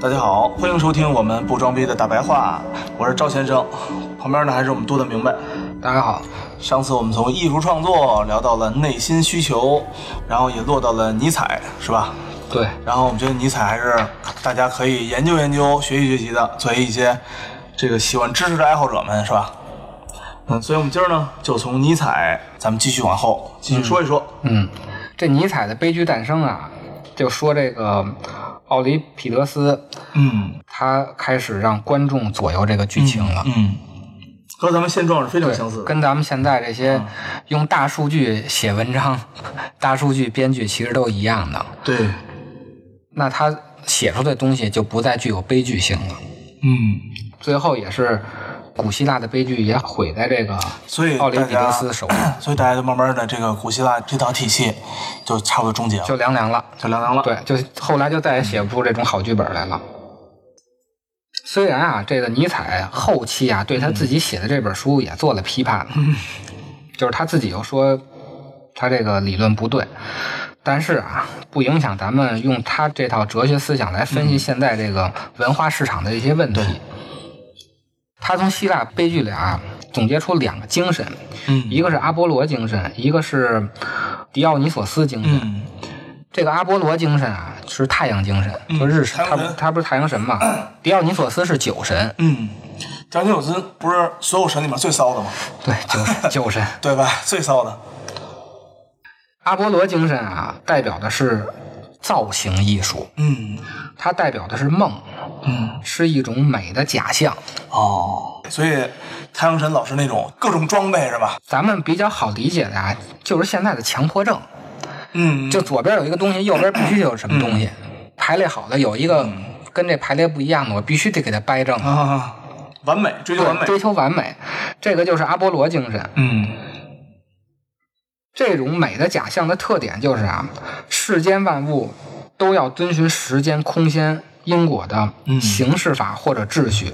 大家好，欢迎收听我们不装逼的大白话，我是赵先生，旁边呢还是我们度的明白。大家好，上次我们从艺术创作聊到了内心需求，然后也落到了尼采，是吧？对，然后我们觉得尼采还是大家可以研究研究、学习学习的，作为一些这个喜欢知识的爱好者们，是吧？嗯，所以我们今儿呢，就从尼采，咱们继续往后继续说一说。嗯，这尼采的悲剧诞生啊，就说这个奥林匹德斯，嗯他开始让观众左右这个剧情了。嗯，和咱们现状是非常对相似的。嗯跟咱们现在这些用大数据写文章、大数据编剧其实都一样的。对，那他写出的东西就不再具有悲剧性了。嗯，最后也是古希腊的悲剧也毁在这个所以奥林匹大德家斯手里， 所以大家就慢慢的这个古希腊这套体系就差不多终结了，就凉凉了。就凉凉了。对，就后来就再也写不出这种好剧本来了。虽然啊，这个尼采后期啊对他自己写的这本书也做了批判，嗯 就是他自己又说他这个理论不对，但是啊，不影响咱们用他这套哲学思想来分嗯析现在这个文化市场的一些问题。他从希腊悲剧里啊总结出两个精神，嗯一个是阿波罗精神，一个是狄奥尼索斯精神。嗯，这个阿波罗精神啊，是太阳精神，就日神，嗯太阳他神不他不是太阳神嘛？ 狄奥尼索斯是酒神，嗯，贾尼索斯不是所有神里面最骚的吗？对，酒 神酒神。对吧？最骚的。阿波罗精神啊，代表的是造型艺术，嗯它代表的是梦，嗯，是一种美的假象。哦，所以太阳神老是那种各种装备是吧？咱们比较好理解的啊，就是现在的强迫症，嗯，就左边有一个东西，右边必须得有什么东西，排列好的有一个跟这排列不一样的，我必须得给它掰正，啊，完美，追求完美。追求完美，这个就是阿波罗精神。嗯这种美的假象的特点就是啊，世间万物都要遵循时间、空间、因果的嗯形式法或者秩序，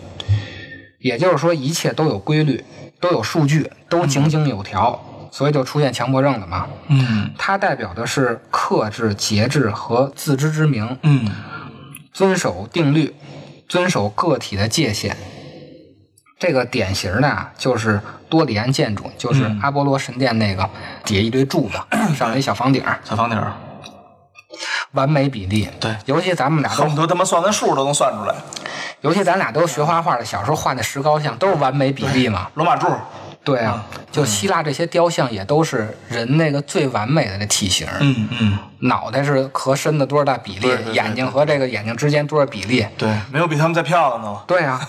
也就是说，一切都有规律，都有数据，都井井有条，所以就出现强迫症了嘛。嗯它代表的是克制、节制和自知之明，嗯遵守定律，遵守个体的界限。这个典型的啊，就是多里安建筑，就是阿波罗神殿那个底下一堆柱子，嗯上面一小 房顶儿，小房顶儿，完美比例。对尤其咱们俩恨都，不得他妈算算数都能算出来。尤其咱俩都学画画的，小时候画那石膏像都是完美比例嘛。罗马柱，对啊，嗯就希腊这些雕像也都是人那个最完美的那体型，嗯嗯，脑袋是和身子多少大比例对对，对眼睛和这个眼睛之间多少比例。对，没有比他们再漂亮的了。对啊，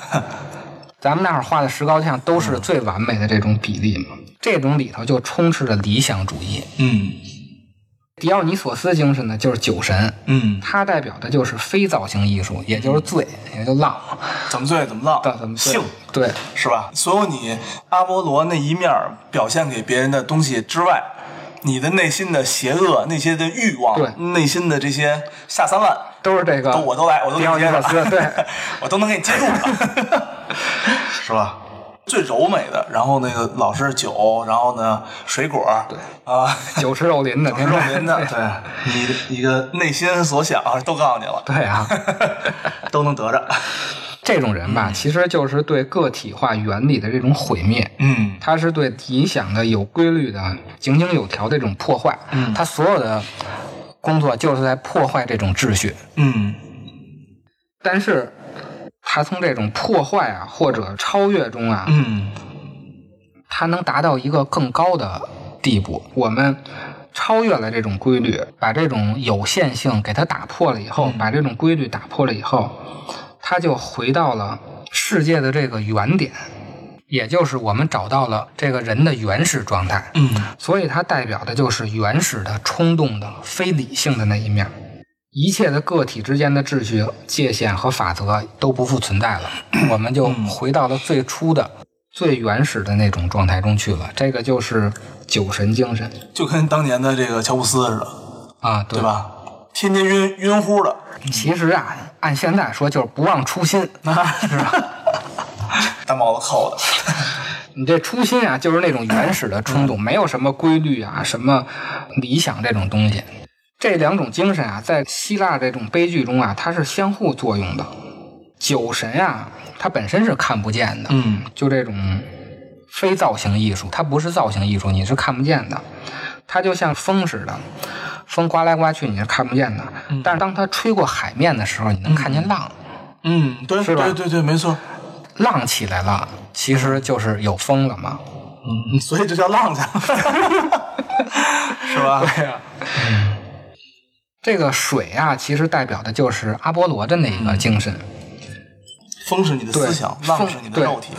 咱们那会儿画的石膏像都是嗯最完美的这种比例嘛，这种里头就充斥着理想主义。嗯狄奥尼索斯精神呢，就是酒神，嗯，它代表的就是非造型艺术，也就是醉，也就 浪，怎么醉怎么浪，到咱们醉嗯性对是吧？所有你阿波罗那一面儿表现给别人的东西之外，你的内心的邪恶、那些的欲对望、内心的这些下三滥，都是这个都我都来，我都迪给奥你尼接索了，斯，对， 我都能给你接住 了，是吧？最柔美的，然后那个老是酒，然后呢水果，对啊， 酒池肉林的，是天肉天林的，对你你的内心所想啊都告诉你了，对 啊，都能得着，这种人吧，其实就是对个体化原理的这种毁灭。嗯它是对理想的有规律的、井井有条的这种破坏。嗯，他所有的工作就是在破坏这种秩序。嗯但是，他从这种破坏啊或者超越中啊，嗯他能达到一个更高的地步。我们超越了这种规律，把这种有限性给它打破了以后，把这种规律打破了以后，他就回到了世界的这个原点。也就是我们找到了这个人的原始状态，嗯所以它代表的就是原始的、冲动的、非理性的那一面。一切的个体之间的秩序、界限和法则都不复存在 了，我们就嗯回到了最初的、最原始的那种状态中去了。这个就是酒神精神就跟当年的这个乔布斯似的，啊，对？吧？嗯天天晕晕乎的，其实啊，按现在说就是不忘初心，是吧？大帽子扣的，你这初心啊，就是那种原始的冲动，没有什么规律啊，什么理想这种东西。这两种精神啊，在希腊这种悲剧中啊，它是相互作用的。酒神啊，它本身是看不见的，嗯，就这种非造型艺术，它不是造型艺术，你是看不见的。它就像风似的，风刮来刮去，你是看不见的。但是当它吹过海面的时候，你能看见浪，嗯，对，是吧对对对，没错，浪起来了，其实就是有风了嘛。嗯，所以这叫浪 去，是吧？这个水啊，其实代表的就是阿波罗的那个精神。风是你的思对想，浪风是你的对肉体，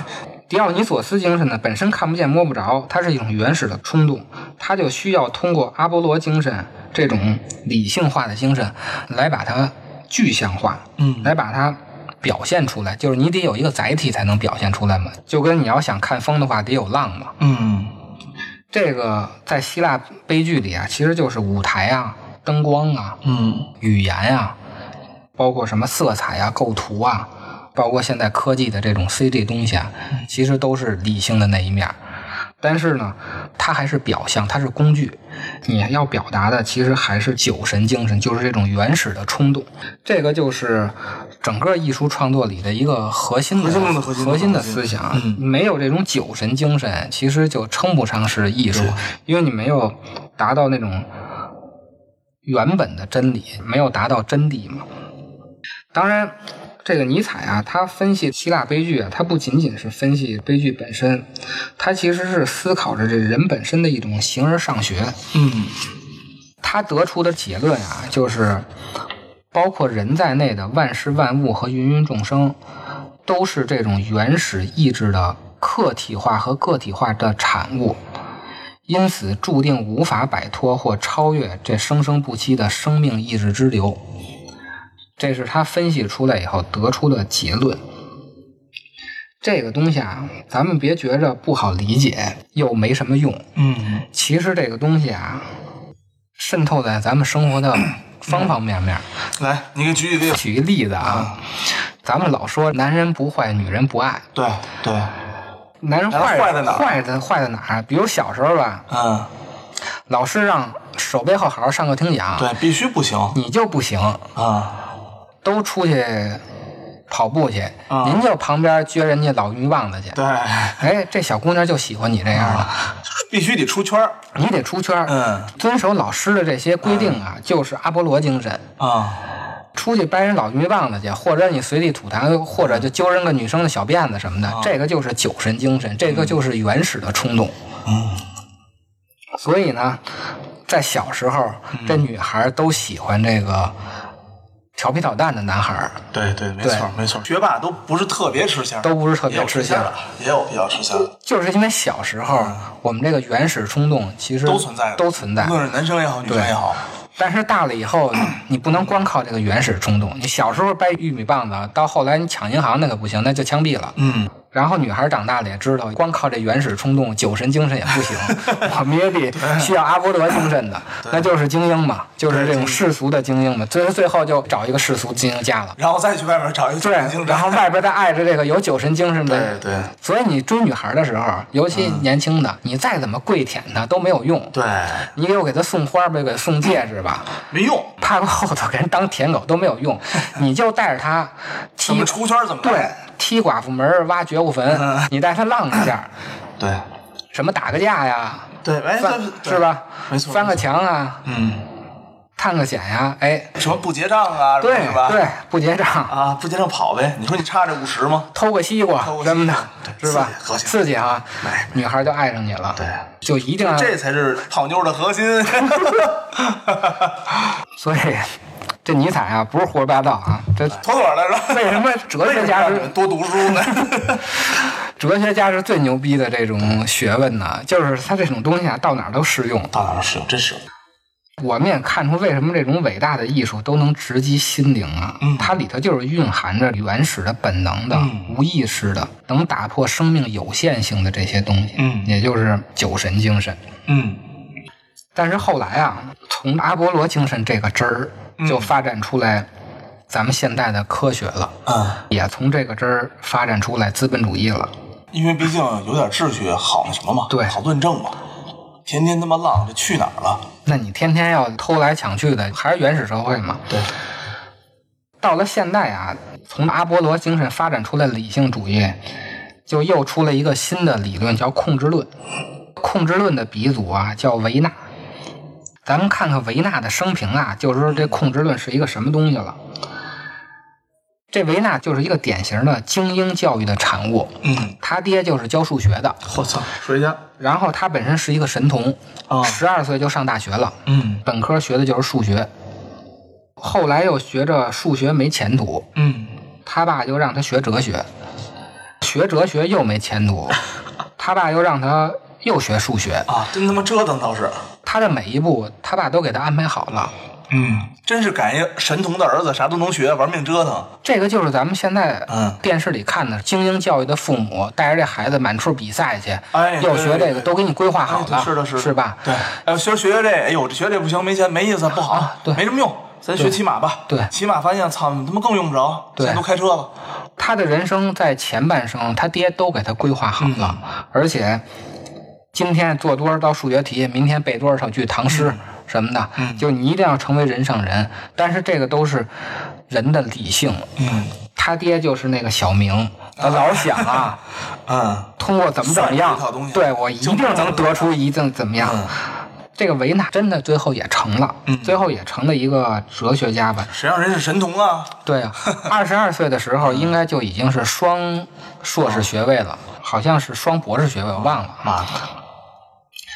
狄奥尼索斯精神呢，本身看不见摸不着，它是一种原始的冲动，它就需要通过阿波罗精神这种理性化的精神来把它具象化，嗯来把它表现出来。就是你得有一个载体才能表现出来嘛。就跟你要想看风的话，得有浪嘛。嗯这个在希腊悲剧里啊，其实就是舞台啊、灯光啊、嗯语言啊，包括什么色彩啊、构图啊，包括现在科技的这种 CG 东西啊，嗯其实都是理性的那一面儿。但是呢，它还是表象，它是工具。你要表达的其实还是酒神精神，就是这种原始的冲动。这个就是整个艺术创作里的一个核心的核心中的核心中的的核心思想。啊嗯没有这种酒神精神，其实就称不上是艺术，因为你没有达到那种原本的真理，没有达到真谛嘛。当然，这个尼采啊，他分析希腊悲剧啊，他不仅仅是分析悲剧本身，他其实是思考着这人本身的一种形而上学。嗯他得出的结论啊，就是包括人在内的万事万物和芸芸众生，都是这种原始意志的客体化和个体化的产物，因此注定无法摆脱或超越这生生不息的生命意志之流。这是他分析出来以后得出的结论。这个东西啊，咱们别觉着不好理解，又没什么用。嗯，其实这个东西啊，渗透在咱们生 活的方方面面。来，你给举举例子，举一例子啊，咱们老说男人不坏，女人不爱，对对，男人坏啊男人坏在哪儿坏在坏在哪儿？比如小时候吧，嗯，老师让手背后好好上课听讲，对，必须不行你就不行，啊，都出去跑步去，啊您就旁边撅人家老鱼棒子去。对，哎，这小姑娘就喜欢你这样的，必须得出圈儿，你得出圈儿，嗯遵守老师的这些规定啊，就是阿波罗精神。啊，出去掰人老鱼棒子去，或者你随地吐痰，或嗯者就揪人个女生的小辫子什么的，啊这个就是酒神精神，这个就是原始的冲动。嗯所以呢，在小时候，嗯这女孩都喜欢这个调皮捣蛋的男孩儿，对对，没对错没错，学霸都不是特别吃香，都不是特也有别吃吃香香的。，也有比较吃香的，就是因为小时候，我们这个原始冲动其实嗯都存在的，都存在无。论是男生也好，女生也好，但是大了以 后，你不能光靠这个原始冲动。你小时候掰玉米棒子，到后来你抢银行那个不行，那就枪毙了。嗯，然后女孩长大了也知道，光靠这原始冲动、酒神精神也 不行，我们也得需要阿波罗精神的，那就是精英嘛，就是这种世俗的精英嘛。最最后就找一个世俗精英嫁了，然后再去外面找一个对精神，然后外边再爱着这个有酒神精神的。对对嗯所以你追女孩的时候，尤其年轻的，你再怎么跪舔她都没有用。对，你给我给她送花呗，给她送戒指吧，没 用，趴个后头给人当舔狗都没有用，你就带着 她怎踢么出圈嗯儿怎么对来，踢寡妇门儿挖绝户坟，你带她浪一下。对什么打个架呀，对，哎，翻对对是吧？没错，翻个没错墙啊，嗯，探个险呀，哎，什么不结账啊，什么对是吧？对，不结账，啊，不结账跑呗，你说你差这五十吗？偷个西瓜偷个西瓜什么的，对是吧？刺激高兴刺激啊哎，女孩就爱上你了，对，就一定要这才是泡妞的核 心。所以这尼采啊，不是胡说八道啊，这妥妥的是吧？为什么哲学家为什么让你是们多读 书呢？哲学家是最牛逼的这种学问呢？就是他这种东西啊，到哪儿都适用。当然是，真是。我们也看出为什么这种伟大的艺术都能直击心灵啊！嗯它里头就是蕴含着原始的、本能的、嗯无意识的，能打破生命有限性的这些东西，嗯也就是酒神精神。嗯但是后来啊，从阿波罗精神这个汁儿嗯就发展出来咱们现代的科学了，啊，也从这个汁儿发展出来资本主义了。因为毕竟有点秩序，好那什么嘛，对好论证嘛。天天他妈浪，这去哪儿了？那你天天要偷来抢去的，还是原始社会嘛？对，到了现代啊，从阿波罗精神发展出来的理性主义，就又出了一个新的理论，叫控制论。控制论的鼻祖啊，叫维纳。咱们看看维纳的生平啊，就是说这控制论是一个什么东西了。这维纳就是一个典型的精英教育的产物，嗯，他爹就是教数学的，我操，水家然后他本身是一个神童，哦啊，十二岁就上大学了，嗯本科学的就是数学，后来又学着数学没前途，嗯他爸就让他学哲学，学哲学又没前途，他爸又让他又学数学，啊，真他妈折腾倒是，他的每一步他爸都给他安排好了。嗯，真是感谢神童的儿子，啥都能学，玩命折腾。这个就是咱们现在嗯电视里看的精英教育的父母带着这孩子满处比赛去，哎又学对这个都给你规划好哎了，对是的是的是吧？对，哎，学学学这，哎呦，这学这不行，没钱，没意思，不好，啊对没什么用。咱学对骑马吧，对骑马发现操，他妈更用不着，对现在都开车了，他的人生在前半生，他爹都给他规划好了，嗯而且今天做多少道数学题，明天背多少嗯首句唐诗什么的，就你一定要成为人上人。但是这个都是人的理性，嗯他爹就是那个小明，他老想 啊，嗯通过怎么怎么算样出一套东西，对我一定能得出一定怎么样。嗯，这个维纳真的最后也成了，最后也成了一个哲学家吧，谁让人是神童啊？对啊，二十二岁的时候应该就已经是双硕士学位了，好像是双博士学位，我忘了。啊，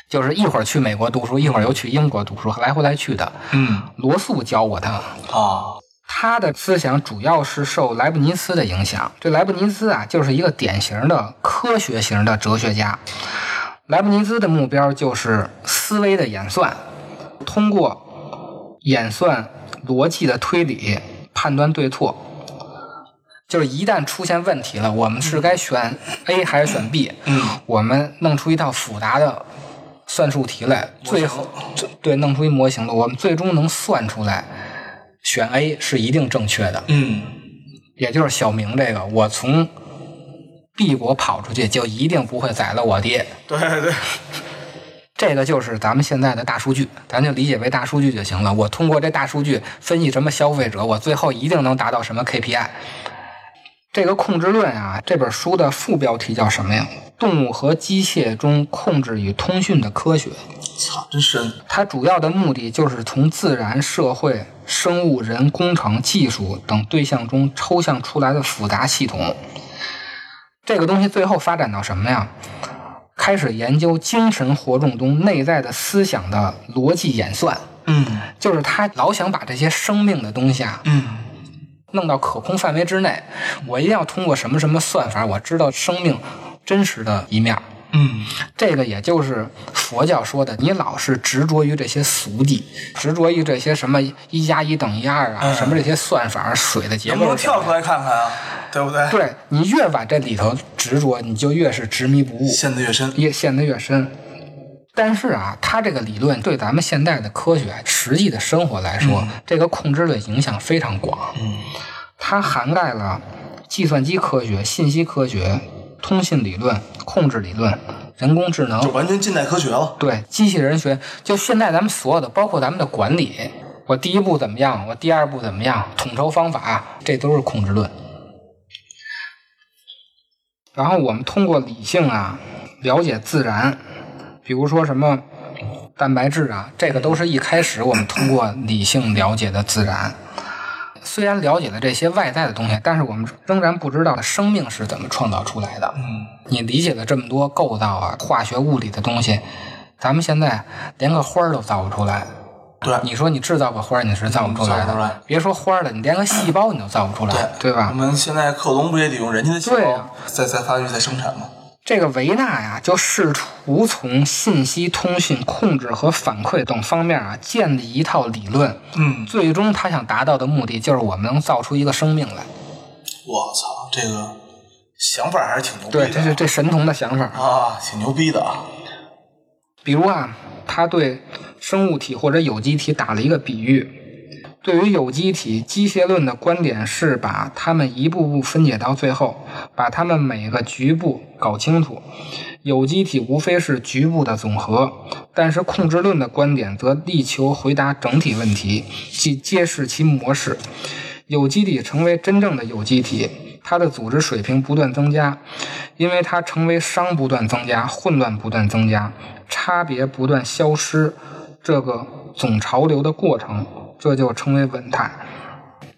就是一会儿去美国读书，一会儿又去英国读书，来回来去的。嗯罗素教过他，啊，他的思想主要是受莱布尼茨的影响。这莱布尼茨啊，就是一个典型的科学型的哲学家。莱布尼茨的目标就是思维的演算，通过演算逻辑的推理判断对错。就是一旦出现问题了，我们是该选 A 还是选 B？嗯，我们弄出一套复杂的算术题来，最后最对弄出一模型了，我们最终能算出来，选 A 是一定正确的。嗯也就是小明这个，我从 B 国跑出去，就一定不会宰了我爹。对对，这个就是咱们现在的大数据，咱就理解为大数据就行了。我通过这大数据分析什么消费者，我最后一定能达到什么 KPI。这个控制论啊，这本书的副标题叫什么呀？动物和机械中控制与通讯的科学。操，真深，它主要的目的就是从自然、社会、生物、人、工程、技术等对象中抽象出来的复杂系统。这个东西最后发展到什么呀？开始研究精神活动中内在的思想的逻辑演算，嗯就是他老想把这些生命的东西啊嗯弄到可控范围之内。我一定要通过什么什么算法，我知道生命真实的一面儿。嗯这个也就是佛教说的，你老是执着于这些俗谛，执着于这些什么一加一等于二啊，嗯什么这些算法、水的结能不构能是什么跳呀。出来看看啊？对不对？对你越往这里头执着，你就越是执迷不悟，陷得越深，越陷得越深。但是啊，他这个理论对咱们现代的科学、实际的生活来说，这个控制论影响非常广。嗯它涵盖了计算机科学、信息科学、通信理论、控制理论、人工智能就，完全近代科学了。对，机器人学就现在咱们所有的，包括咱们的管理，我第一步怎么样，我第二步怎么样，统筹方法，这都是控制论。然后我们通过理性啊，了解自然，比如说什么蛋白质啊，这个都是一开始我们通过理性了解的自然。虽然了解了这些外在的东西，但是我们仍然不知道生命是怎么创造出来的。嗯，你理解了这么多构造啊、化学、物理的东西，咱们现在连个花儿都造不出来。对你说你制造个花儿，你是造不出来造不出来嗯的。别说花儿了，你连个细胞你都造不出来，对我吧？们现在克隆不也得用人家的细对胞啊再再发育再生产吗？这个维纳呀，就试图从信息通讯、控制和反馈等方面啊，建立一套理论。嗯，最终，他想达到的目的就是我们能造出一个生命来。我操，这个想法还是挺牛逼对，的，这是这神童的想法。啊，挺牛逼的啊。比如啊，他对生物体或者有机体打了一个比喻。对于有机体，机械论的观点是把它们一步步分解到最后，把它们每个局部搞清楚。有机体无非是局部的总和，但是控制论的观点则力求回答整体问题，即揭示其模式。有机体成为真正的有机体，它的组织水平不断增加，因为它成为熵不断增加，混乱不断增加，差别不断消失，这个总潮流的过程，这就称为稳态。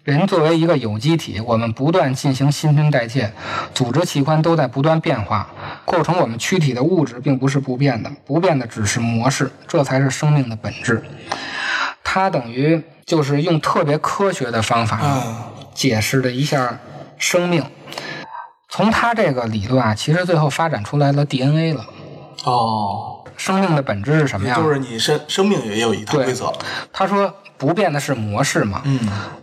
人作为一个有机体，我们不断进行新陈代谢，组织器官都在不断变化，构成我们躯体的物质并不是不变的，不变的只是模式，这才是生命的本质。它等于就是用特别科学的方啊法，嗯，解释了一下生命。从他这个理论啊，其实最后发展出来了 DNA 了。哦，生命的本质是什么呀？就是你生生命也有一套对规则，他说不变的是模式嘛。嗯，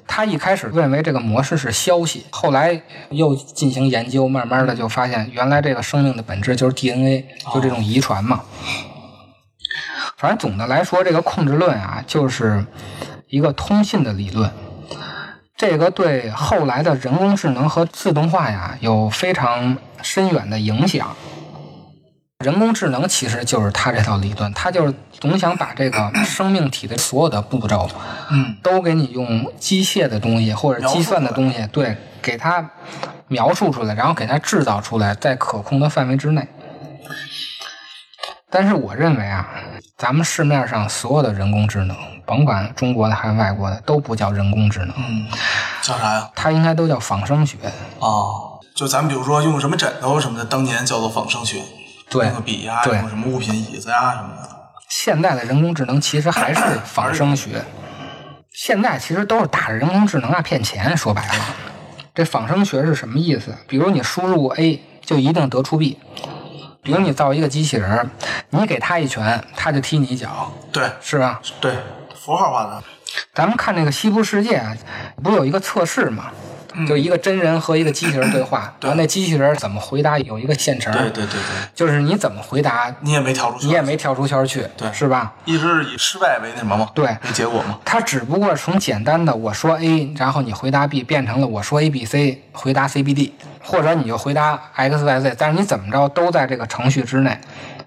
他一开始认为这个模式是消息，后来又进行研究，慢慢的就发现原来这个生命的本质就是 DNA，就这种遗传嘛。反正总的来说，这个控制论啊，就是一个通信的理论。这个对后来的人工智能和自动化呀，有非常深远的影响。人工智能其实就是他这套理论，他就是总想把这个生命体的所有的步骤，嗯，都给你用机械的东西或者计算的东西，对，给它描述出来，然后给它制造出来，在可控的范围之内。但是我认为啊，咱们市面上所有的人工智能，甭管中国的还是外国的，都不叫人工智能，嗯，叫啥呀？它应该都叫仿生学。哦，就咱们比如说用什么枕头什么的，当年叫做仿生学，对用个笔呀、对用什么物品椅子啊呀、什么的。现在的人工智能其 实还是仿生学，现在其实都是打着人工智能啊骗钱。说白了，这仿生学是什么意思？比如你输入 A 就一定得出 B，比如你造一个机器人儿，你给他一拳，他就踢你一脚，对是吧？对，符号化的，咱们看那个《西部世界》，啊，不是有一个测试嘛？嗯就一个真人和一个机器人对 话，然后那机器人怎么回答有一个现成，对对对对，就是你怎么回答，嗯你也没跳出去，你也没跳出圈儿去，对是吧？一直是以失败为那什么嘛，对为结果嘛。它只不过从简单的我说 A，然后你回答 B 变成了我说 A B C，回答 C B D，或者你就回答 X Y Z，但是你怎么着都在这个程序之内。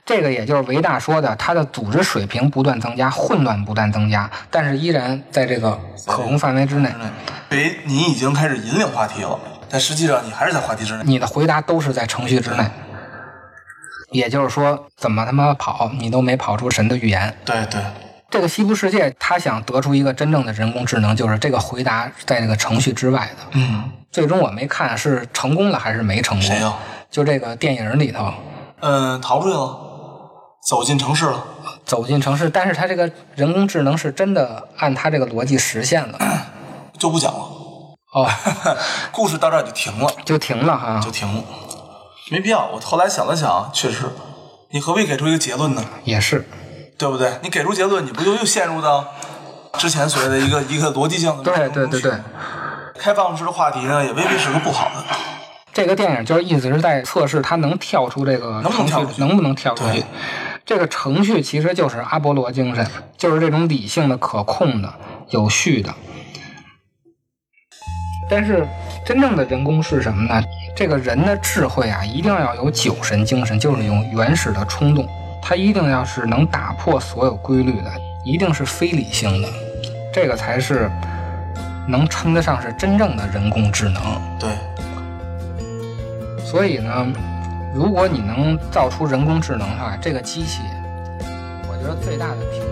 这个也就是维大说的，它的组织水平不断增加，混乱不断增加，但是依然在这个可控范围之内。嗯为你已经开始引领话题了，但实际上你还是在话题之内。你的回答都是在程序之内。也就是说，怎么他妈跑，你都没跑出神的预言。对对，这个西部世界，他想得出一个真正的人工智能，就是这个回答是在这个程序之外的。嗯，最终我没看是成功了还是没成功。谁呀就这个电影里头嗯，逃出去了，走进城市了。走进城市，但是他这个人工智能是真的按他这个逻辑实现了，就不讲了，哦， 故事到这儿就停了，就停了哈就，停了，没必要。我后来想了想，确实，你何必给出一个结论呢？也是。对不对？你给出结论，你不就又陷入到之前所谓的一个一个逻辑性的对对对对，开放式的话题呢，也未必是个不好的。这个电影就是一直在测试它能跳出这个能不能程跳出去序，能不能跳出去对。这个程序其实就是阿波罗精神，就是这种理性的、可控的、有序的。但是真正的人工是什么呢？这个人的智慧啊，一定要有酒神精神，就是有原始的冲动，它一定要是能打破所有规律的，一定是非理性的，这个才是能称得上是真正的人工智能。对，所以呢，如果你能造出人工智能的话，这个机器，我觉得最大的平衡。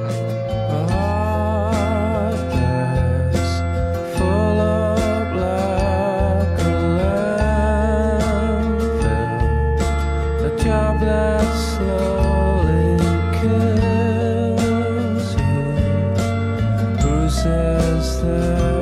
Full up like a landfill, a job that slowly kills you, bruises the